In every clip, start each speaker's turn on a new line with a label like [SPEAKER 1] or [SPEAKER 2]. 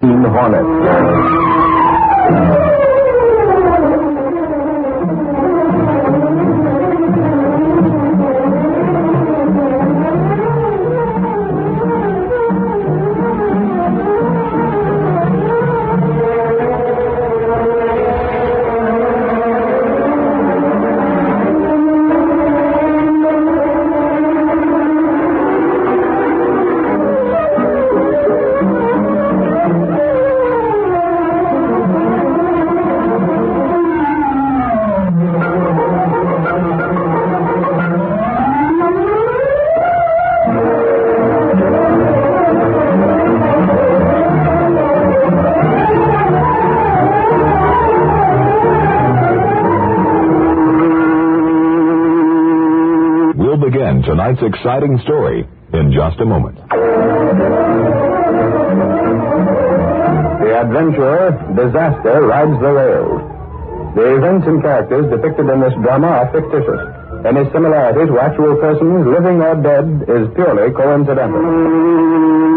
[SPEAKER 1] Horned Hornet.
[SPEAKER 2] We'll begin tonight's exciting story in just a moment.
[SPEAKER 1] The adventurer, disaster, rides the rails. The events and characters depicted in this drama are fictitious. Any similarities to actual persons, living or dead, is purely coincidental.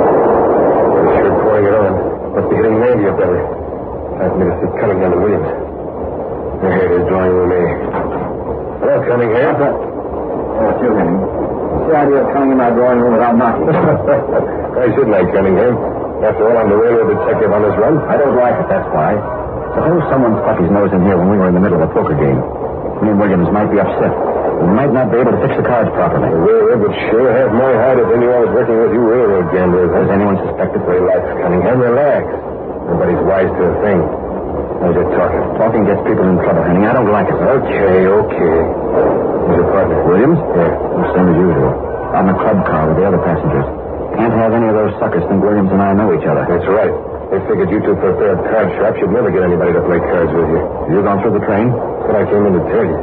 [SPEAKER 1] Sure pouring it on. Must be hitting Navy up better. Five minutes to Cunningham and Williams. There it is, drawing room A. Hello, Cunningham. Oh, it's you, Henning. What's the idea of coming in my drawing room without knocking? why shouldn't I, Cunningham? After all, I'm the railroad detective on this run. I don't like it, that's why. Suppose someone stuck his nose in here when we were in the middle of a poker game. Me and Williams might be upset. We might not be able to fix the cards properly. The railroad would sure have my hide if they knew I was working with you railroad gamblers. Has anyone suspected? Relax, Cunningham, relax. Nobody's wise to a thing. How's it talking? Talking gets people in trouble, Henning. I don't like it. Okay, okay. Who's your partner? Williams? Yeah. same as usual. Out in the club car with the other passengers. Can't have any of those suckers think Williams and I know each other. That's right. They figured you two for a pair of card sharps, you'd never get anybody to play cards with you. You gone through the train? That's what I came in to tell you.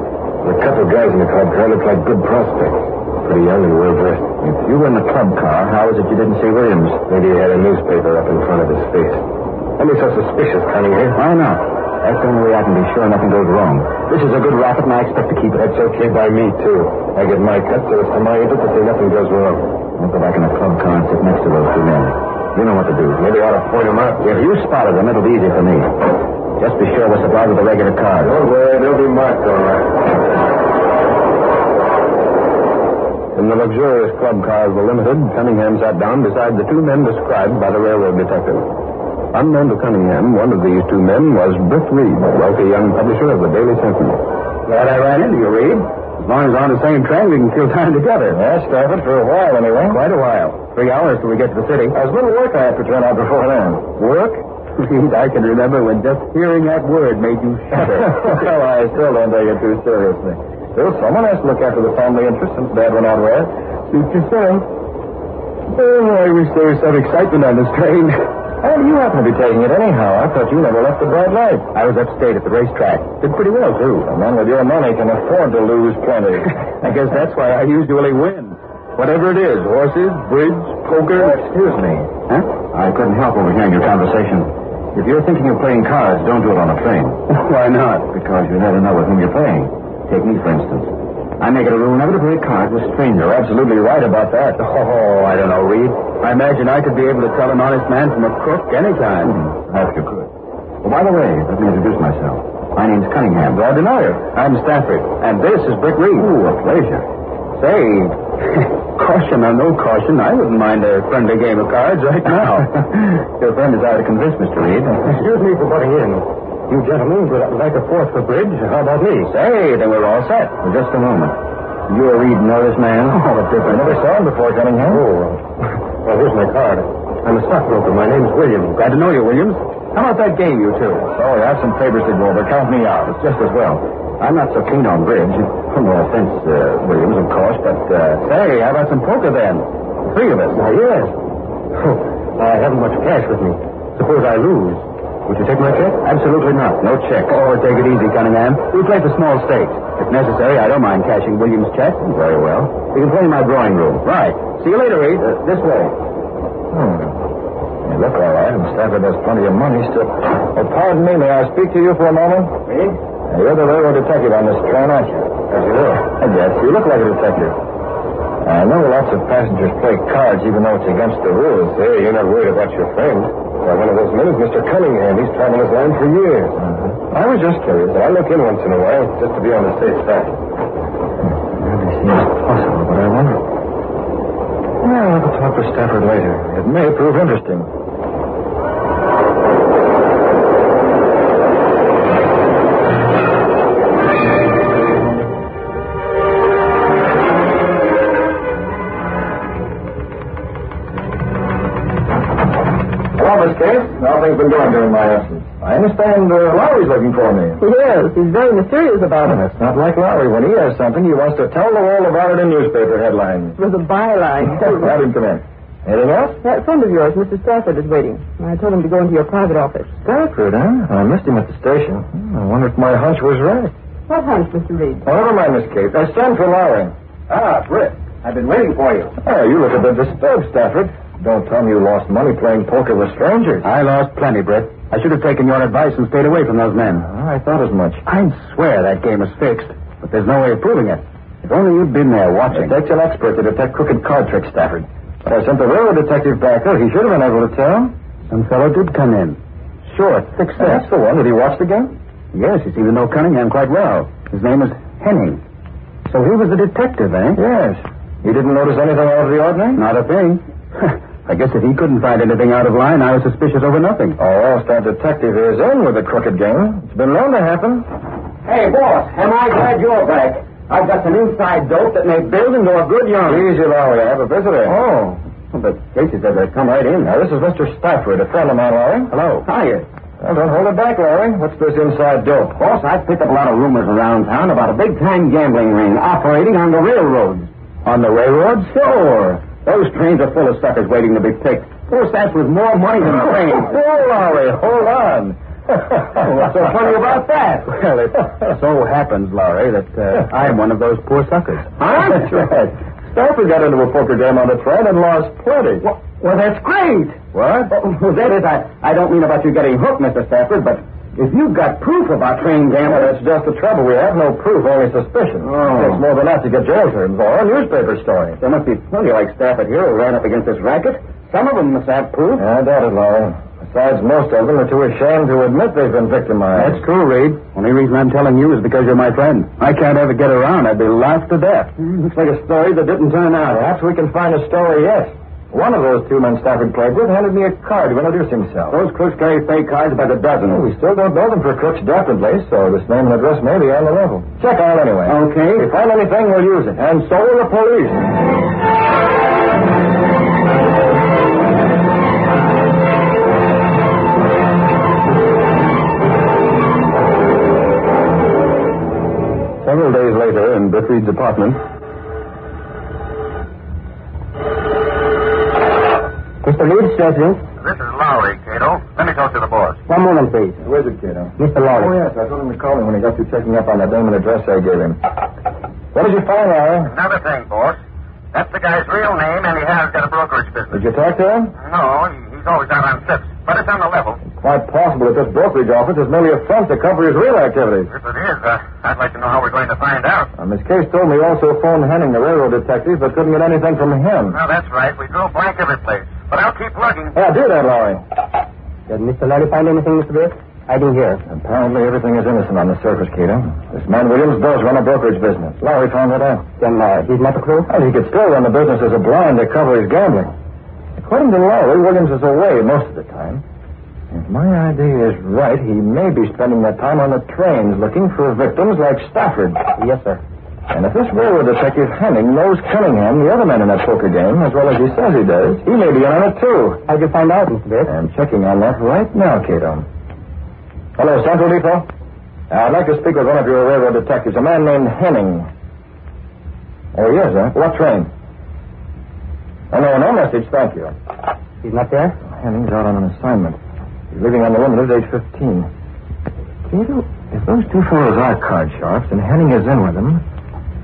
[SPEAKER 1] The couple guys in the club car looked like good prospects. Pretty young and well dressed. If you were in the club car, how is it you didn't see Williams? Maybe he had a newspaper up in front of his face. Don't be so suspicious, Cunningham. Why not? That's the only way I can be sure nothing goes wrong. This is a good racket, and I expect to keep it. That's okay by me, too. I get my cut, so it's to my interest to say nothing goes wrong. I'll go back in the club car and sit next to those two men. You know what to do. Maybe I ought to point them out. If you spotted them, it'll be easy for me. Just be sure we're supplied with a regular card. Don't worry, they'll be marked all right. In the luxurious club car of the Limited, Cunningham sat down beside the two men described by the railroad detective. Unknown to Cunningham, one of these two men was Britt Reed, a wealthy young publisher of the Daily Sentinel. Glad I ran into you, Reed. As long as we're on the same train, we can kill time together. Yeah, stop it for a while, anyway. Quite a while. Three hours till we get to the city. There's little work I have to turn out before then. Work? Reed, I can remember when just hearing that word made you shudder. well, I still don't take it too seriously. Still, someone has to look after the family interests since Dad went out west. Suit yourself. Oh, I wish there was some excitement on this train. How do you happen to be taking it anyhow? I thought you never left the bright light. I was upstate at the racetrack. Did pretty well, too. A man with your money can afford to lose plenty. I guess that's why I usually win. Whatever it is, horses, bridge, poker. excuse me. Huh? I couldn't help overhearing your conversation. If you're thinking of playing cards, don't do it on a train. why not? Because you never know with whom you're playing. Take me, for instance. I make it a rule never to play cards with strangers. You're absolutely right about that. Oh, I don't know, Reed. I imagine I could be able to tell an honest man from a crook anytime. Hmm. That's you could. Well, by the way, let me introduce myself. My name's Cunningham. Glad to know you. I'm Stafford. And this is Brick Reed. Ooh, a pleasure. Say, caution or no caution, I wouldn't mind a friendly game of cards right now. Your friend is out of convince, Mr. Reed. Excuse me for butting in. You gentlemen would like a fourth for bridge. How about me? Say, then we're all set. just a moment. You or Reed know this man? Oh, a different. I never saw him before coming here. Oh. Well, here's my card. I'm a stockbroker. My name's Williams. Glad to know you, Williams. How about that game, you two? Oh, I have some favors to go over. Count me out. It's just as well. I'm not so keen on bridge. No offense, uh, Williams, of course, but... Uh, say, how about some poker, then? Three of us. Why, yes. Oh, I haven't much cash with me. Suppose I lose. Would you take my check? Absolutely not. No check. Oh, take it easy, Cunningham. We play for small stakes. If necessary, I don't mind cashing Williams' check. Very well. You can play in my drawing room. Right. See you later, Reed. Uh, this way. Hmm. You look all right, and Stafford has plenty of money still. Oh, pardon me, may I speak to you for a moment? Me? You're the railroad detective on this train, aren't you? Yes, you are. I guess. You look like a detective. I know lots of passengers play cards even though it's against the rules. Hey, you're not worried about your friend. Why, one of those men is Mr. Cunningham. He's traveled this line for years. I was just curious. I look in once in a while just to be on the safe side. possible, but I wonder. Well, I'll have a talk with Stafford later. It may prove interesting. Well, Miss Case, how things been going during my absence? I understand uh, Lowry's looking for me.
[SPEAKER 3] Yes, he's very mysterious about
[SPEAKER 1] Well,
[SPEAKER 3] it.
[SPEAKER 1] it's not like Lowry. When he has something, he wants to tell the world about it in newspaper headlines.
[SPEAKER 3] With a byline. too.
[SPEAKER 1] Have him come in. Anything else?
[SPEAKER 3] that friend of yours, Mr. Stafford, is waiting. I told him to go into your private office.
[SPEAKER 1] Stafford, huh? I missed him at the station. Hmm, I wonder if my hunch was right.
[SPEAKER 3] What hunch, Mr. Reed?
[SPEAKER 1] Oh, never mind, Miss Kate. I stand for Lowry. Ah, Britt. I've been waiting for you. Oh, you look a bit disturbed, Stafford. Don't tell me you lost money playing poker with strangers. I lost plenty, Britt. I should have taken your advice and stayed away from those men. Ah, I thought as much. I'd swear that game was fixed, but there's no way of proving it. If only you'd been there watching. It takes an expert to detect crooked card tricks, Stafford. But I sent the railroad detective back there. He should have been able to tell. Some fellow did come in. Sure, it's fixed That's the one. Did he watch the game? Yes, he seemed to know Cunningham quite well. His name was Henning. So he was the detective, eh? Yes. You didn't notice anything out of the ordinary? Not a thing. I guess if he couldn't find anything out of line, I was suspicious over nothing. Oh, else that detective is in with the crooked game. It's been known to happen. Hey, boss, am I glad you're back? I've got some inside dope that may build into a good yarn. Easy, Lowry. I have a visitor. Oh. Well, but Casey said they'd come right in. Now, this is Mr. Stafford, a friend of mine, Lowry. Hello. Hiya. Well, don't hold it back, Larry. What's this inside dope? Boss, I've picked up a lot of rumors around town about a big-time gambling ring operating on the railroads. On the railroads? Sure. Those trains are full of suckers waiting to be picked. Poor that's with more money than trains. oh, Larry, hold on. What's so funny about that? Well, it so happens, Larry, that uh, I'm one of those poor suckers. Huh? That's right. Stafford got into a poker game on the train and lost plenty. Well, that's great. What? Well, that is, I, I don't mean about you getting hooked, Mr. Stafford, but if you've got proof about train gambling... that's just the trouble. We have no proof, only suspicion. Oh. It's more than that to get jail terms or a newspaper story. There must be plenty like Stafford here who ran up against this racket. Some of them must have proof. I doubt it, Lowell. Besides, most of them are too ashamed to admit they've been victimized. That's true, Reed. Only reason I'm telling you is because you're my friend. I can't ever get around. I'd be laughed to death. It's Hmm, like a story that didn't turn out. Perhaps we can find a story yet. One of those two men Stafford played with handed me a card to introduce himself. Those crooks carry fake cards by the dozen. we still don't know them for crooks definitely, so this name and address may be on the level. Check out anyway. Okay. If we find anything, we'll use it. And so will the police. Several days later, in Biffreed's apartment. Mr. Reed says this.
[SPEAKER 4] This is Lowry, Cato. Let me talk to the boss.
[SPEAKER 3] One moment, please.
[SPEAKER 1] Where's it, Cato?
[SPEAKER 3] Mr.
[SPEAKER 1] Oh, yes. I told him to call me when he got through checking up on that name and address I gave him. What did you find, Larry?
[SPEAKER 4] Another thing, boss. That's the guy's real name, and he has got a brokerage business.
[SPEAKER 1] Did you talk to him?
[SPEAKER 4] No, he- he's always out on trips, but it's on the level.
[SPEAKER 1] Quite possible that this brokerage office is merely a front to cover his real activities.
[SPEAKER 4] If it is, uh, I'd like to know how we're going to find out.
[SPEAKER 1] Uh, Miss Case told me you also phoned Henning, the railroad detective, but couldn't get anything from him.
[SPEAKER 4] Now, that's right. We drew blank every place. But I'll keep looking.
[SPEAKER 3] Oh,
[SPEAKER 1] Yeah, do that, Larry.
[SPEAKER 3] Did Mr. Larry find anything, Mr. Reed? I didn't hear.
[SPEAKER 1] Apparently everything is innocent on the surface, Cato. This man Williams does run a brokerage business. Larry found that out.
[SPEAKER 3] Then uh, he's not a clue?
[SPEAKER 1] Well, he could still run the business as a blind to cover his gambling. According to Lowry, Williams is away most of the time. If my idea is right, he may be spending that time on the trains looking for victims like Stafford. Yes, sir. And if this railroad detective Henning knows Cunningham, the other man in that poker game, as well as he says he does, he may be in on it too.
[SPEAKER 3] How'd you find out, Mr. Reed?
[SPEAKER 1] I'm checking on that right now, Cato. Hello, Central Depot. I'd like to speak with one of your railroad detectives, a man named Henning. Oh, yes, sir. What train? Oh, no, no message, thank you.
[SPEAKER 3] He's not there?
[SPEAKER 1] Henning's out on an assignment. He's leaving on the limited at age 15. Cato, if those two fellows are card sharps and Henning is in with them,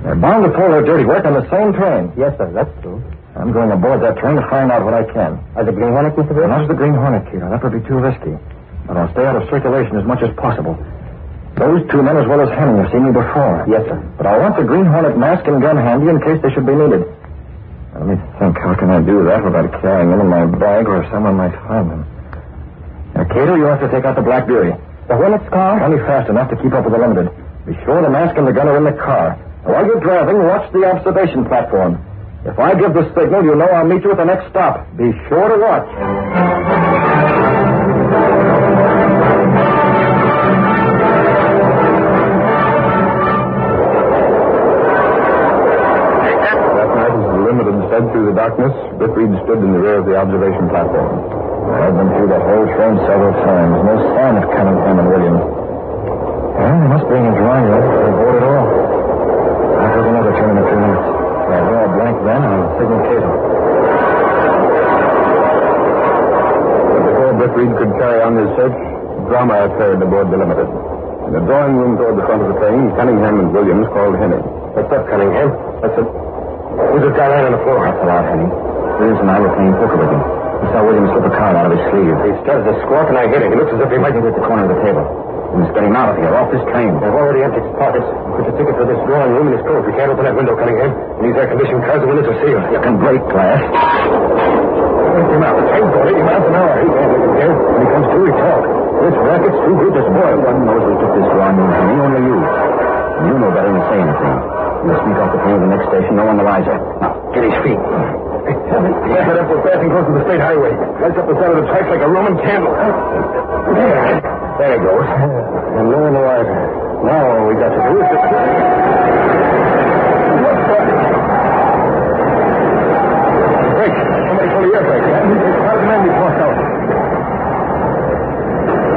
[SPEAKER 1] they're bound to pull their dirty work on the same train.
[SPEAKER 3] Yes, sir, that's true.
[SPEAKER 1] I'm going aboard that train to find out what I can. As a Green Hornet, Mr. Bill? Not as the Green Hornet, Keeler. That would be too risky. But I'll stay out of circulation as much as possible. Those two men, as well as Henry, have seen me before. Yes, sir. But I want the Green Hornet mask and gun handy in case they should be needed. Let me think. How can I do that without carrying them in my bag or if someone might find them? Now, Cato, you have to take out the Black Beauty. The Hornet's car? Only fast enough to keep up with the Limited. Be sure the mask and the gun are in the car. And while you're driving, watch the observation platform. If I give the signal, you know I'll meet you at the next stop. Be sure to watch.
[SPEAKER 2] That night, as the Limited sped through the darkness, Britt Reed stood in the rear of the observation platform.
[SPEAKER 1] I've been through the whole train several times. No sign of Cunningham and Williams. Well, they must be in dry yard. They board at all. I'll take another train in a few minutes. If I draw a blank then, I'll signal Cato.
[SPEAKER 2] But before Britt Reed could carry on his search, drama occurred aboard the Limited. In the drawing room toward the front of the train, Cunningham and Williams called Henry.
[SPEAKER 1] What's up, Cunningham? What's up? Who's this guy lying on the floor? That's a lot, Henry. Williams and I were playing poker with him. We saw Williams slip a card out of his sleeve. He started to squawk, and I hit him. He looks as if he might be at the corner of the table. We must get him out of here, off this train. They've already emptied his pockets. Put the ticket for this drawing room in his coat. You can't open that window, Cunningham. And these air-conditioned cars, the windows are sealed. You can break glass. Came out. The train's going 80 miles an hour. He can't make it here. When he comes to, he talks. This racket's too good to spoil. One knows who took this drawing room, Henry. Only you. And you know better than to say anything. We'll sneak off the train to the next station. No one the wiser. Now, get his feet. Yeah, head up so fast and close to the state highway. Lights up the side of the tracks like a Roman candle. There. There it goes. And no one the wiser. Now all we got to do is just... What's that? Brake. Somebody pull the air brake. There's a thousand men before us out.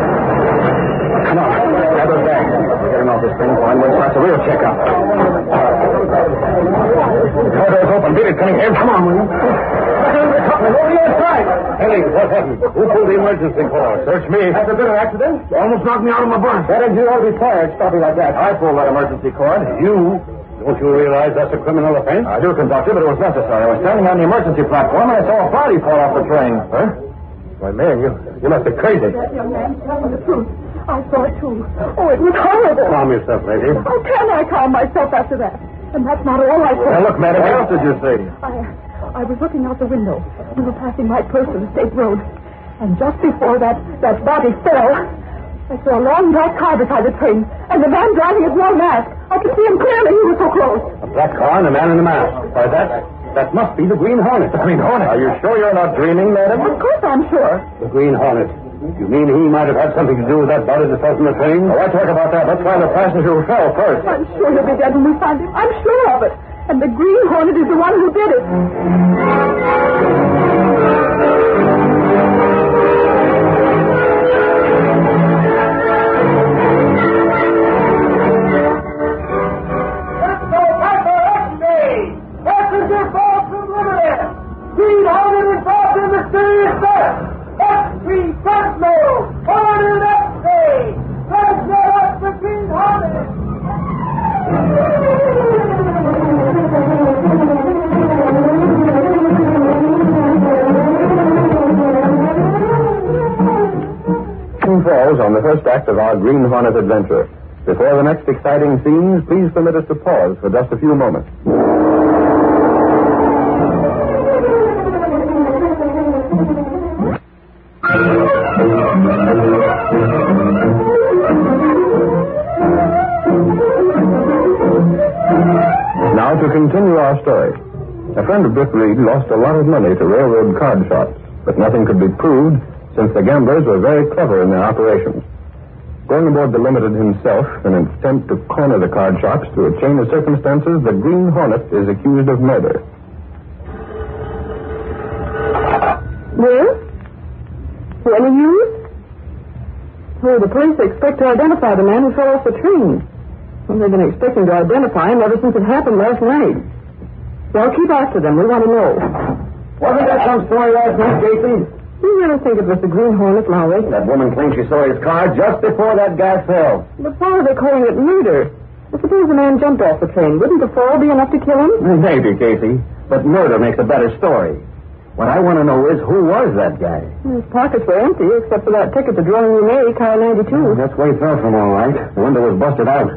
[SPEAKER 1] Come on. Grab her back. Get him off this thing, Juan. We'll start the real checkup. Car door's open. Beat it, Cunningham. Come on, will you? Over the side. Henry, what happened? Who pulled the emergency cord? Search me. That's a bit of accident. almost knocked me out of my bunk. That engine ought to be fired. Stopping like that. I pulled that emergency cord. You? Don't you realize that's a criminal offense? I do, conductor, but it was necessary. I was standing on the emergency platform and I saw a body fall off the train. Huh? Why, man, you, you must be crazy.
[SPEAKER 5] That young man tell me the truth. I saw it too. Oh, it was horrible.
[SPEAKER 1] Calm yourself, lady.
[SPEAKER 5] How can I calm myself after that? And that's not all I saw.
[SPEAKER 1] Now, look, madam, what else did you say?
[SPEAKER 5] I, I was looking out the window. We were passing right close to the state road. And just before that, that body fell, I saw a long black car beside the train. And the man driving his no mask. I could see him clearly. He was so close.
[SPEAKER 1] A black car and a man in a mask. Why, that, that must be the Green Hornet. The Green Hornet? Are you sure you're not dreaming,
[SPEAKER 5] Of
[SPEAKER 1] madam?
[SPEAKER 5] course, I'm sure.
[SPEAKER 1] The Green Hornet. You mean he might have had something to do with that body that fell from the train? Oh, I talk about that. Let's find the passenger who fell first.
[SPEAKER 5] I'm sure he'll be dead when we find him. I'm sure of it. And the Green Hornet is the one who did it.
[SPEAKER 2] Two falls on the first act of our Green Hornet adventure. Before the next exciting scenes, please permit us to pause for just a few moments. Now to continue our story. A friend of Britt Reed lost a lot of money to railroad card shops, but nothing could be proved since the gamblers were very clever in their operations. Going aboard the Limited himself in an attempt to corner the card shops through a chain of circumstances, the Green Hornet is accused of murder.
[SPEAKER 3] Well? Who are you? Oh, the police expect to identify the man who fell off the train. Well, they've been expecting to identify him ever since it happened last night. Well, keep after them. We want to know.
[SPEAKER 1] Wasn't that some story last night, Casey?
[SPEAKER 3] You really think it was the Green Hornet, Lowry?
[SPEAKER 1] That woman claims she saw his car just before that guy fell.
[SPEAKER 3] But why are they calling it murder? Well, suppose the man jumped off the train. Wouldn't the fall be enough to kill him?
[SPEAKER 1] Maybe, Casey. But murder makes a better story. What I want to know is who was that guy?
[SPEAKER 3] His pockets were empty except for that ticket to drawing you made, car 92.
[SPEAKER 1] That's where he fell from, all right. The window was busted out.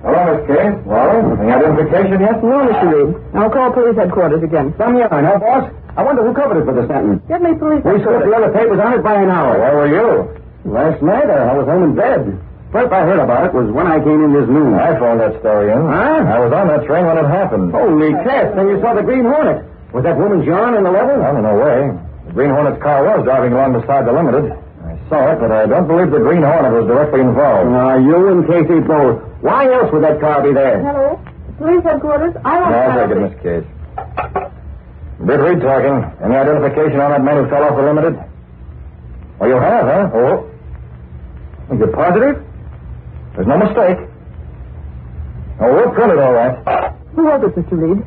[SPEAKER 1] Hello, Miss Case. Well, any identification yet?
[SPEAKER 3] No, Mr. Reed. I'll call police headquarters again.
[SPEAKER 1] Some yarn, huh, boss? I wonder who covered it for the sentence.
[SPEAKER 3] Get me police
[SPEAKER 1] We split the other papers on it by an hour. Where were you? Last night, uh, I was home in bed. First I heard about it was when I came in this noon. I phoned that story in. Huh? I was on that train when it happened. Holy cats, then you saw the Green Hornet. Was that woman's yarn in the letter? Well, in a way. The Green Hornet's car was driving along beside the Limited. I saw it, but I don't believe the Green Hornet was directly involved. Now, you and Casey both. Why else would that car be there?
[SPEAKER 5] Hello? Police headquarters? I want
[SPEAKER 1] No,
[SPEAKER 5] to
[SPEAKER 1] take it, Miss Case. Britt Reed talking. Any identification on that man who fell off the limited? Well, you have, huh? Oh. You're positive? There's no mistake. Oh, we'll print it all right.
[SPEAKER 3] Who was it, Mr. Reed?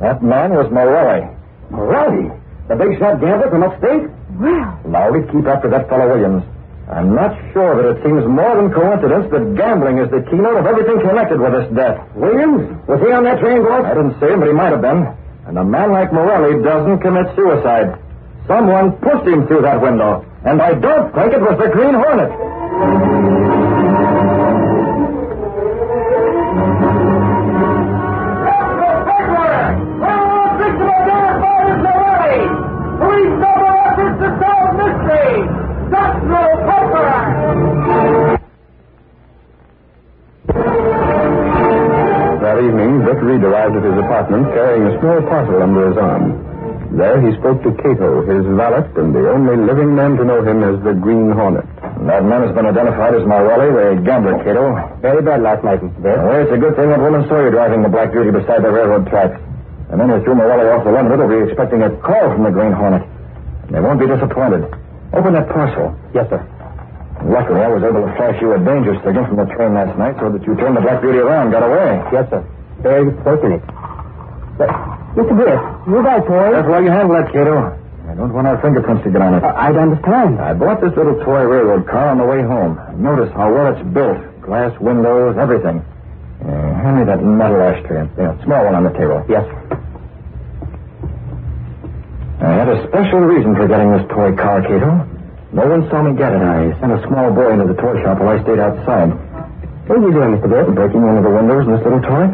[SPEAKER 1] That man was Morelli. Morelli? The big shot gambler from upstate?
[SPEAKER 3] Well,
[SPEAKER 1] Now, we keep after that fellow Williams. I'm not sure that it seems more than coincidence that gambling is the keynote of everything connected with this death. Williams? Was he on that train, boss? I didn't see him, but he might have been. And a man like Morelli doesn't commit suicide. Someone pushed him through that window. And I don't think it was the Green Hornet.
[SPEAKER 2] That evening, Vic Reed arrived at his apartment carrying a small parcel under his arm. There he spoke to Cato, his valet, and the only living man to know him as the Green Hornet.
[SPEAKER 1] That man has been identified as Morelli, the gambler, Cato. Very bad last night, Mr. Well, it's a good thing that woman saw you driving the black beauty beside the railroad tracks. The men who threw Morelli off the limited will be expecting a call from the Green Hornet. And They won't be disappointed. Open that parcel. Yes, sir. Luckily, I was able to flash you a danger signal from the train last night so that you turned the black beauty around and got away. Yes, sir. Very certainly. Mr. Britt, you that toy? That's why you handle that, Cato. I don't want our fingerprints to get on it. I'd understand. Uh, I bought this little toy railroad car on the way home. Notice how well it's built. Glass windows, everything. Uh, hand me that metal ashtray. Yeah, small one on the table. Yes. I had a special reason for getting this toy car, Cato. No one saw me get it. I sent a small boy into the toy shop while I stayed outside. What are you doing, Mr. Britt? Breaking one of the windows in this little toy?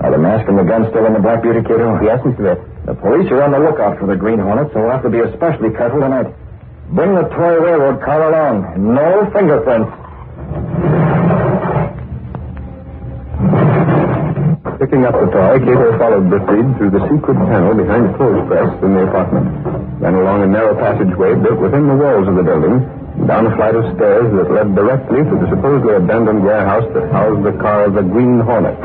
[SPEAKER 1] Are the mask and the gun still in the Black Beauty, Cato? Yes, Mr. Britt. The police are on the lookout for the Green Hornet, so we'll have to be especially careful tonight. Bring the toy railroad car along. No fingerprints.
[SPEAKER 2] Picking up the toy, Cato followed Vic Reed through the secret panel behind the clothes press in the apartment. Then along a narrow passageway built within the walls of the building, down a flight of stairs that led directly to the supposedly abandoned warehouse that housed the car of the Green Hornet.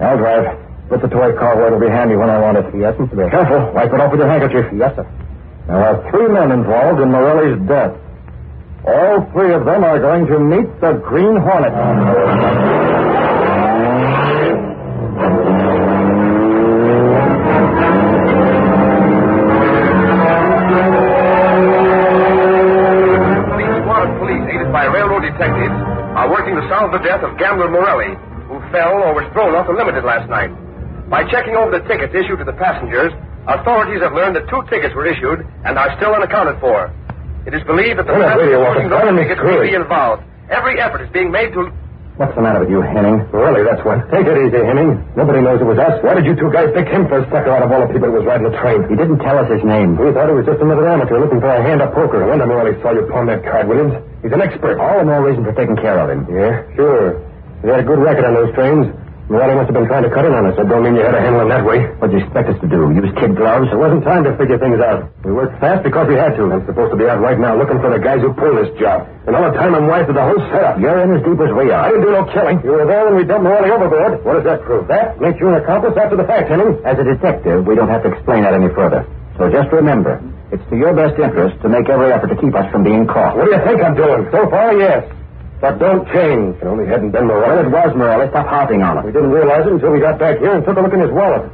[SPEAKER 1] I'll drive. Put the toy car where it'll be handy when I want it. Yes, Mr. Baker. Careful. Wipe it off with your handkerchief. Yes, sir. There are three men involved in Morelli's death. All three of them are going to meet the Green Hornet.
[SPEAKER 4] The squad of police, aided by railroad detectives, are working to solve the death of gambler Morelli, who fell or was thrown off the limited last night. By checking over the tickets issued to the passengers, authorities have learned that two tickets were issued and are still unaccounted for. It is believed that the
[SPEAKER 1] Wait a minute,
[SPEAKER 4] passengers
[SPEAKER 1] radio
[SPEAKER 4] holding
[SPEAKER 1] Watson. Why
[SPEAKER 4] those
[SPEAKER 1] don't you
[SPEAKER 4] tickets will
[SPEAKER 1] scream?
[SPEAKER 4] be involved. Every effort is being made to
[SPEAKER 1] What's the matter with you, Henning? Really, that's what. Take it easy, Henning. Nobody knows it was us. Why did you two guys pick him for a sucker out of all the people that was riding the train? He didn't tell us his name. We thought he was just another amateur looking for a hand up poker. No wonder Morelli saw you pawn that card, Williams. He's an expert. All the more reason for taking care of him. Yeah, sure. He had a good record on those trains. Morelli must have been trying to cut in on us. That don't mean you had to handle him that way. What'd you expect us to do? Use kid gloves? It wasn't time to figure things out. We worked fast because we had to. I'm supposed to be out right now looking for the guys who pulled this job. And all the time I'm wired to the whole setup. You're in as deep as we are. I didn't do no killing. You were there when we dumped Morelli overboard. What does that prove? That makes you an accomplice after the fact, Henning. As a detective, we don't have to explain that any further. So just remember, it's to your best interest to make every effort to keep us from being caught. What do you think I'm doing? So far, yes. But don't change. It only hadn't been Morelli. It was Morelli. Stop harping on it. We didn't realize it until we got back here and took a look in his wallet.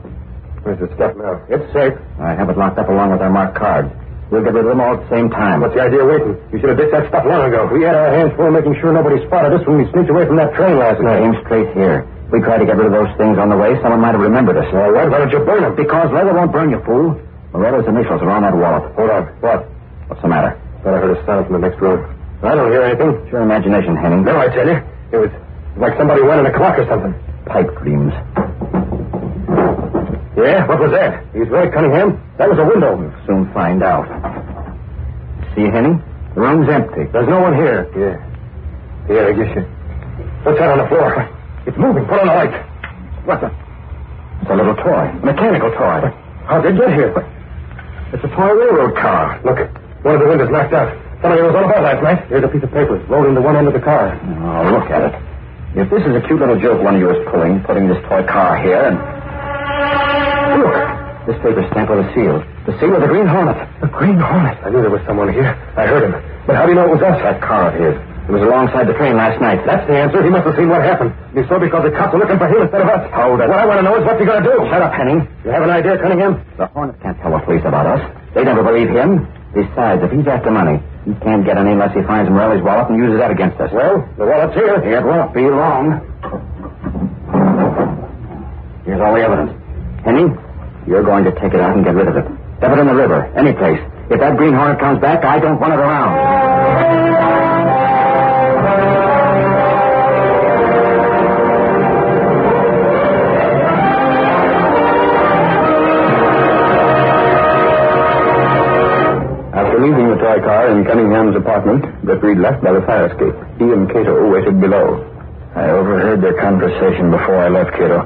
[SPEAKER 1] Where's the stuff now? It's safe. I have it locked up along with our marked cards. We'll get rid of them all at the same time. What's the idea of waiting? You should have ditched that stuff long ago. We had our hands full making sure nobody spotted us when we sneaked away from that train last night. Came straight here. We tried to get rid of those things on the way. Someone might have remembered us. Well, Red, why did you burn them? Because leather won't burn you, fool. Loretta's initials are on that wallet. Hold on. What? What's the matter? Thought I heard a sound from the next room. I don't hear anything. It's your imagination, Henning. No, I tell you. It was like somebody went in a clock or something. Pipe dreams. Yeah, what was that? He's right, Cunningham. That was a window. We'll soon find out. See, Henning? The room's empty. There's no one here. Yeah. Yeah, I guess you. What's that on the floor? It's moving. Put on the light. What's that? It's a little toy. A mechanical toy. How'd it get here? It's a toy railroad car. Look, one of the windows knocked out. Somebody was on about last night. Here's a piece of paper rolled into one end of the car. Oh, look at it. If this is a cute little joke one of you is pulling, putting this toy car here and. Look! This paper's stamped with a seal. The seal of the Green Hornet. The Green Hornet? I knew there was someone here. I heard him. But how do you know it was us? That car of his. It was alongside the train last night. That's the answer. He must have seen what happened. He saw because the cops are looking for him instead of us. Hold it. What I want to know is what you're going to do. Shut up, Henning. You have an idea, Cunningham? The Hornet can't tell the police about us. They never believe him. Besides, if he's after money, he can't get any unless he finds Morelli's wallet and uses that against us. Well, the wallet's here. It won't be long. Here's all the evidence. Henny, you're going to take it out and get rid of it. Dump it in the river, any place. If that green hornet comes back, I don't want it around.
[SPEAKER 2] After leaving the toy car in Cunningham's apartment, Gertrude left by the fire escape. He and Cato waited below.
[SPEAKER 1] I overheard their conversation before I left, Cato.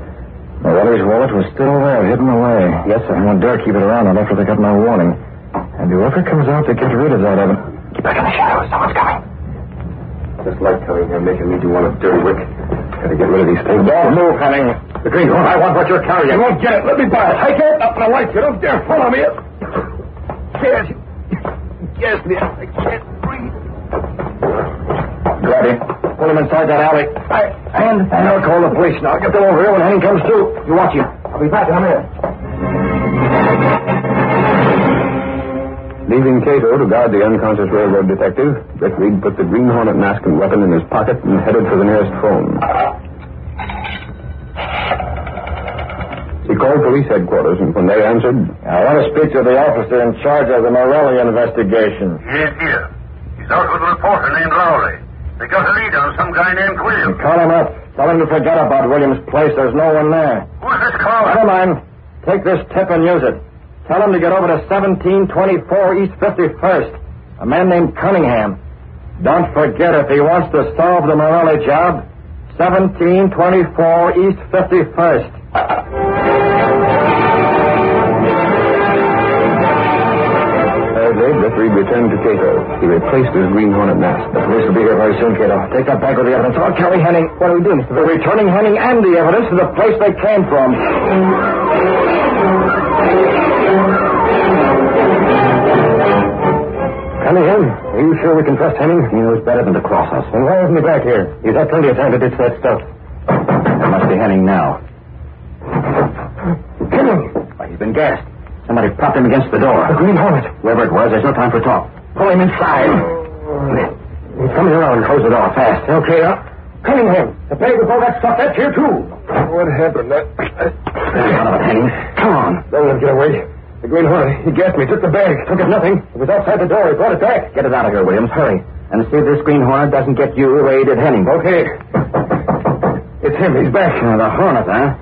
[SPEAKER 1] Morelli's wallet was still there, hidden away. Yes, sir. I won't dare keep it around until after they got my warning. And whoever comes out to get rid of that evidence. Keep back in the shadows. Someone's coming. Just like Cunningham making me do one of dirty work. Gotta get rid of these things. Don't move, Henning. The green one. I want what you're carrying. You won't get it. Let me buy it. I can't. Up my life. You don't dare follow me. Yes. Yes, me. I can't breathe. Grab him. Pull him inside that alley. I, and, and I'll call the police. Now get them over here when Henning comes through. You watch him. I'll be back in a minute.
[SPEAKER 2] Leaving Cato to guard the unconscious railroad detective, Rick Reed put the Green Hornet mask and weapon in his pocket and headed for the nearest phone. He called police headquarters, and when they answered,
[SPEAKER 1] I want to speak to the officer in charge of the Morelli investigation.
[SPEAKER 6] Yes, dear. He's out with a reporter named Lowry. They got a lead on some guy named Williams.
[SPEAKER 1] Call him up. Tell him to forget about Williams' place. There's no one there.
[SPEAKER 6] Who's this caller?
[SPEAKER 1] Never mind. Take this tip and use it. Tell him to get over to 1724 East 51st. A man named Cunningham. Don't forget, if he wants to solve the Morelli job, 1724 East 51st.
[SPEAKER 2] Thirdly, Rick Reed returned to Cato. He replaced his Green Hornet mask.
[SPEAKER 1] The police will be here very soon, Cato. Take that bag with the evidence. I'll carry Henning. What are we doing, Mr. We're returning Henning and the evidence to the place they came from. Cunningham, are you sure we can trust Henning? He knows better than to cross us. Then why isn't he back here? He's had plenty of time to ditch that stuff. It must be Henning now. Henning! Why, he's been gassed. Somebody propped him against the door. The Green Hornet. Whoever it was, there's no time for talk. Pull him inside. He's coming around. Close the door fast. Okay, uh, Cunningham, the bag with all that stuff, that's here, too.
[SPEAKER 4] What happened? That,
[SPEAKER 1] Get out of it, Henning. Come on.
[SPEAKER 4] Don't let him get away. The Green Hornet, he gassed me, took the bag.
[SPEAKER 1] Look at nothing. It was outside the door. He brought it back. Get it out of here, Williams. Hurry. And see if this green hornet doesn't get you the way he did Henning. Okay. It's him. He's back. the hornet, huh?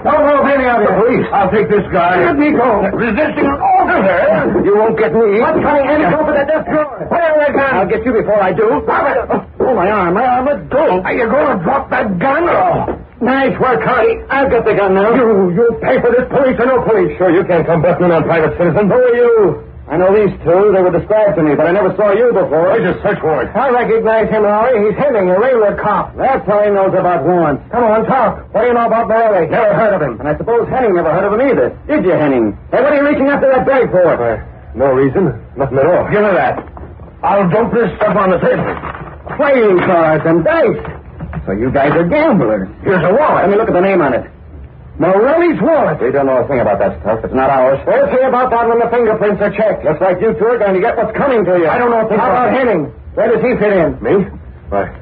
[SPEAKER 1] Don't move any of the police. I'll take this guy. Let me go. Resisting an officer. You won't get me. What's coming in? Go for the death drawer. Put down that gun. I'll get you before I do. Stop it. Oh, my arm. My arm. Let go. Are you going to drop that gun? Oh. Nice work, Hardy. I've got the gun now. You, you pay for this police or no police. Sure, you can't come buttoning on private citizens. Who are you? I know these two. They were described to me, but I never saw you before. Where's your search warrant? I recognize him, Lowry. He's Henning, a railroad cop. That's all he knows about warrants. Come on, talk. What do you know about Morelli? Never heard of him. And I suppose Henning never heard of him either. Did you, Henning? Hey, what are you reaching after that bag for? no reason. Nothing at all. Give me that. I'll dump this stuff on the table. Playing cards and dice. So you guys are gamblers. Here's a wallet. Let me look at the name on it. Morelli's wallet. We don't know a thing about that stuff. It's not ours. We'll see about that when the fingerprints are checked. Looks like you two are going to get what's coming to you. I don't know a thing How about Henning? Where does he fit in? Me? Why,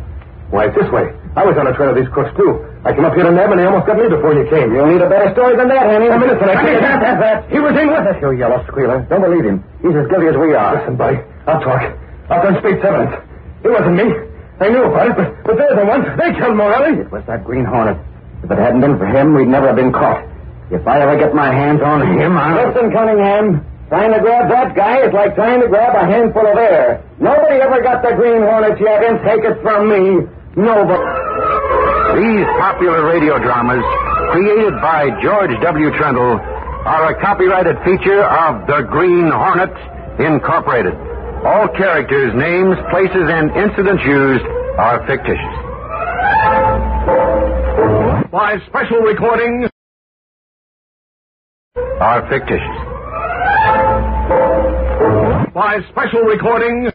[SPEAKER 1] why, it's this way. I was on a trail of these crooks, too. I came up here to nab, and they almost got me before you came. You'll need a better story than that, Henny. A minute, and I can't have that, He was in with us. You yellow squealer. Don't believe him. He's as guilty as we are. Listen, buddy. I'll talk. I'll turn state's evidence. It wasn't me. They knew about it, but, but they're the ones. They killed Morelli. It was that green hornet. If it hadn't been for him, we'd never have been caught. If I ever get my hands on him, I'll... Listen, Cunningham. Trying to grab that guy is like trying to grab a handful of air. Nobody ever got the green hornet yet, and take it from me. Nobody.
[SPEAKER 4] These popular radio dramas, created by George W. Trendle, are a copyrighted feature of The Green Hornets Incorporated. All characters, names, places, and incidents used are fictitious. By special recording, are fictitious. By special recording,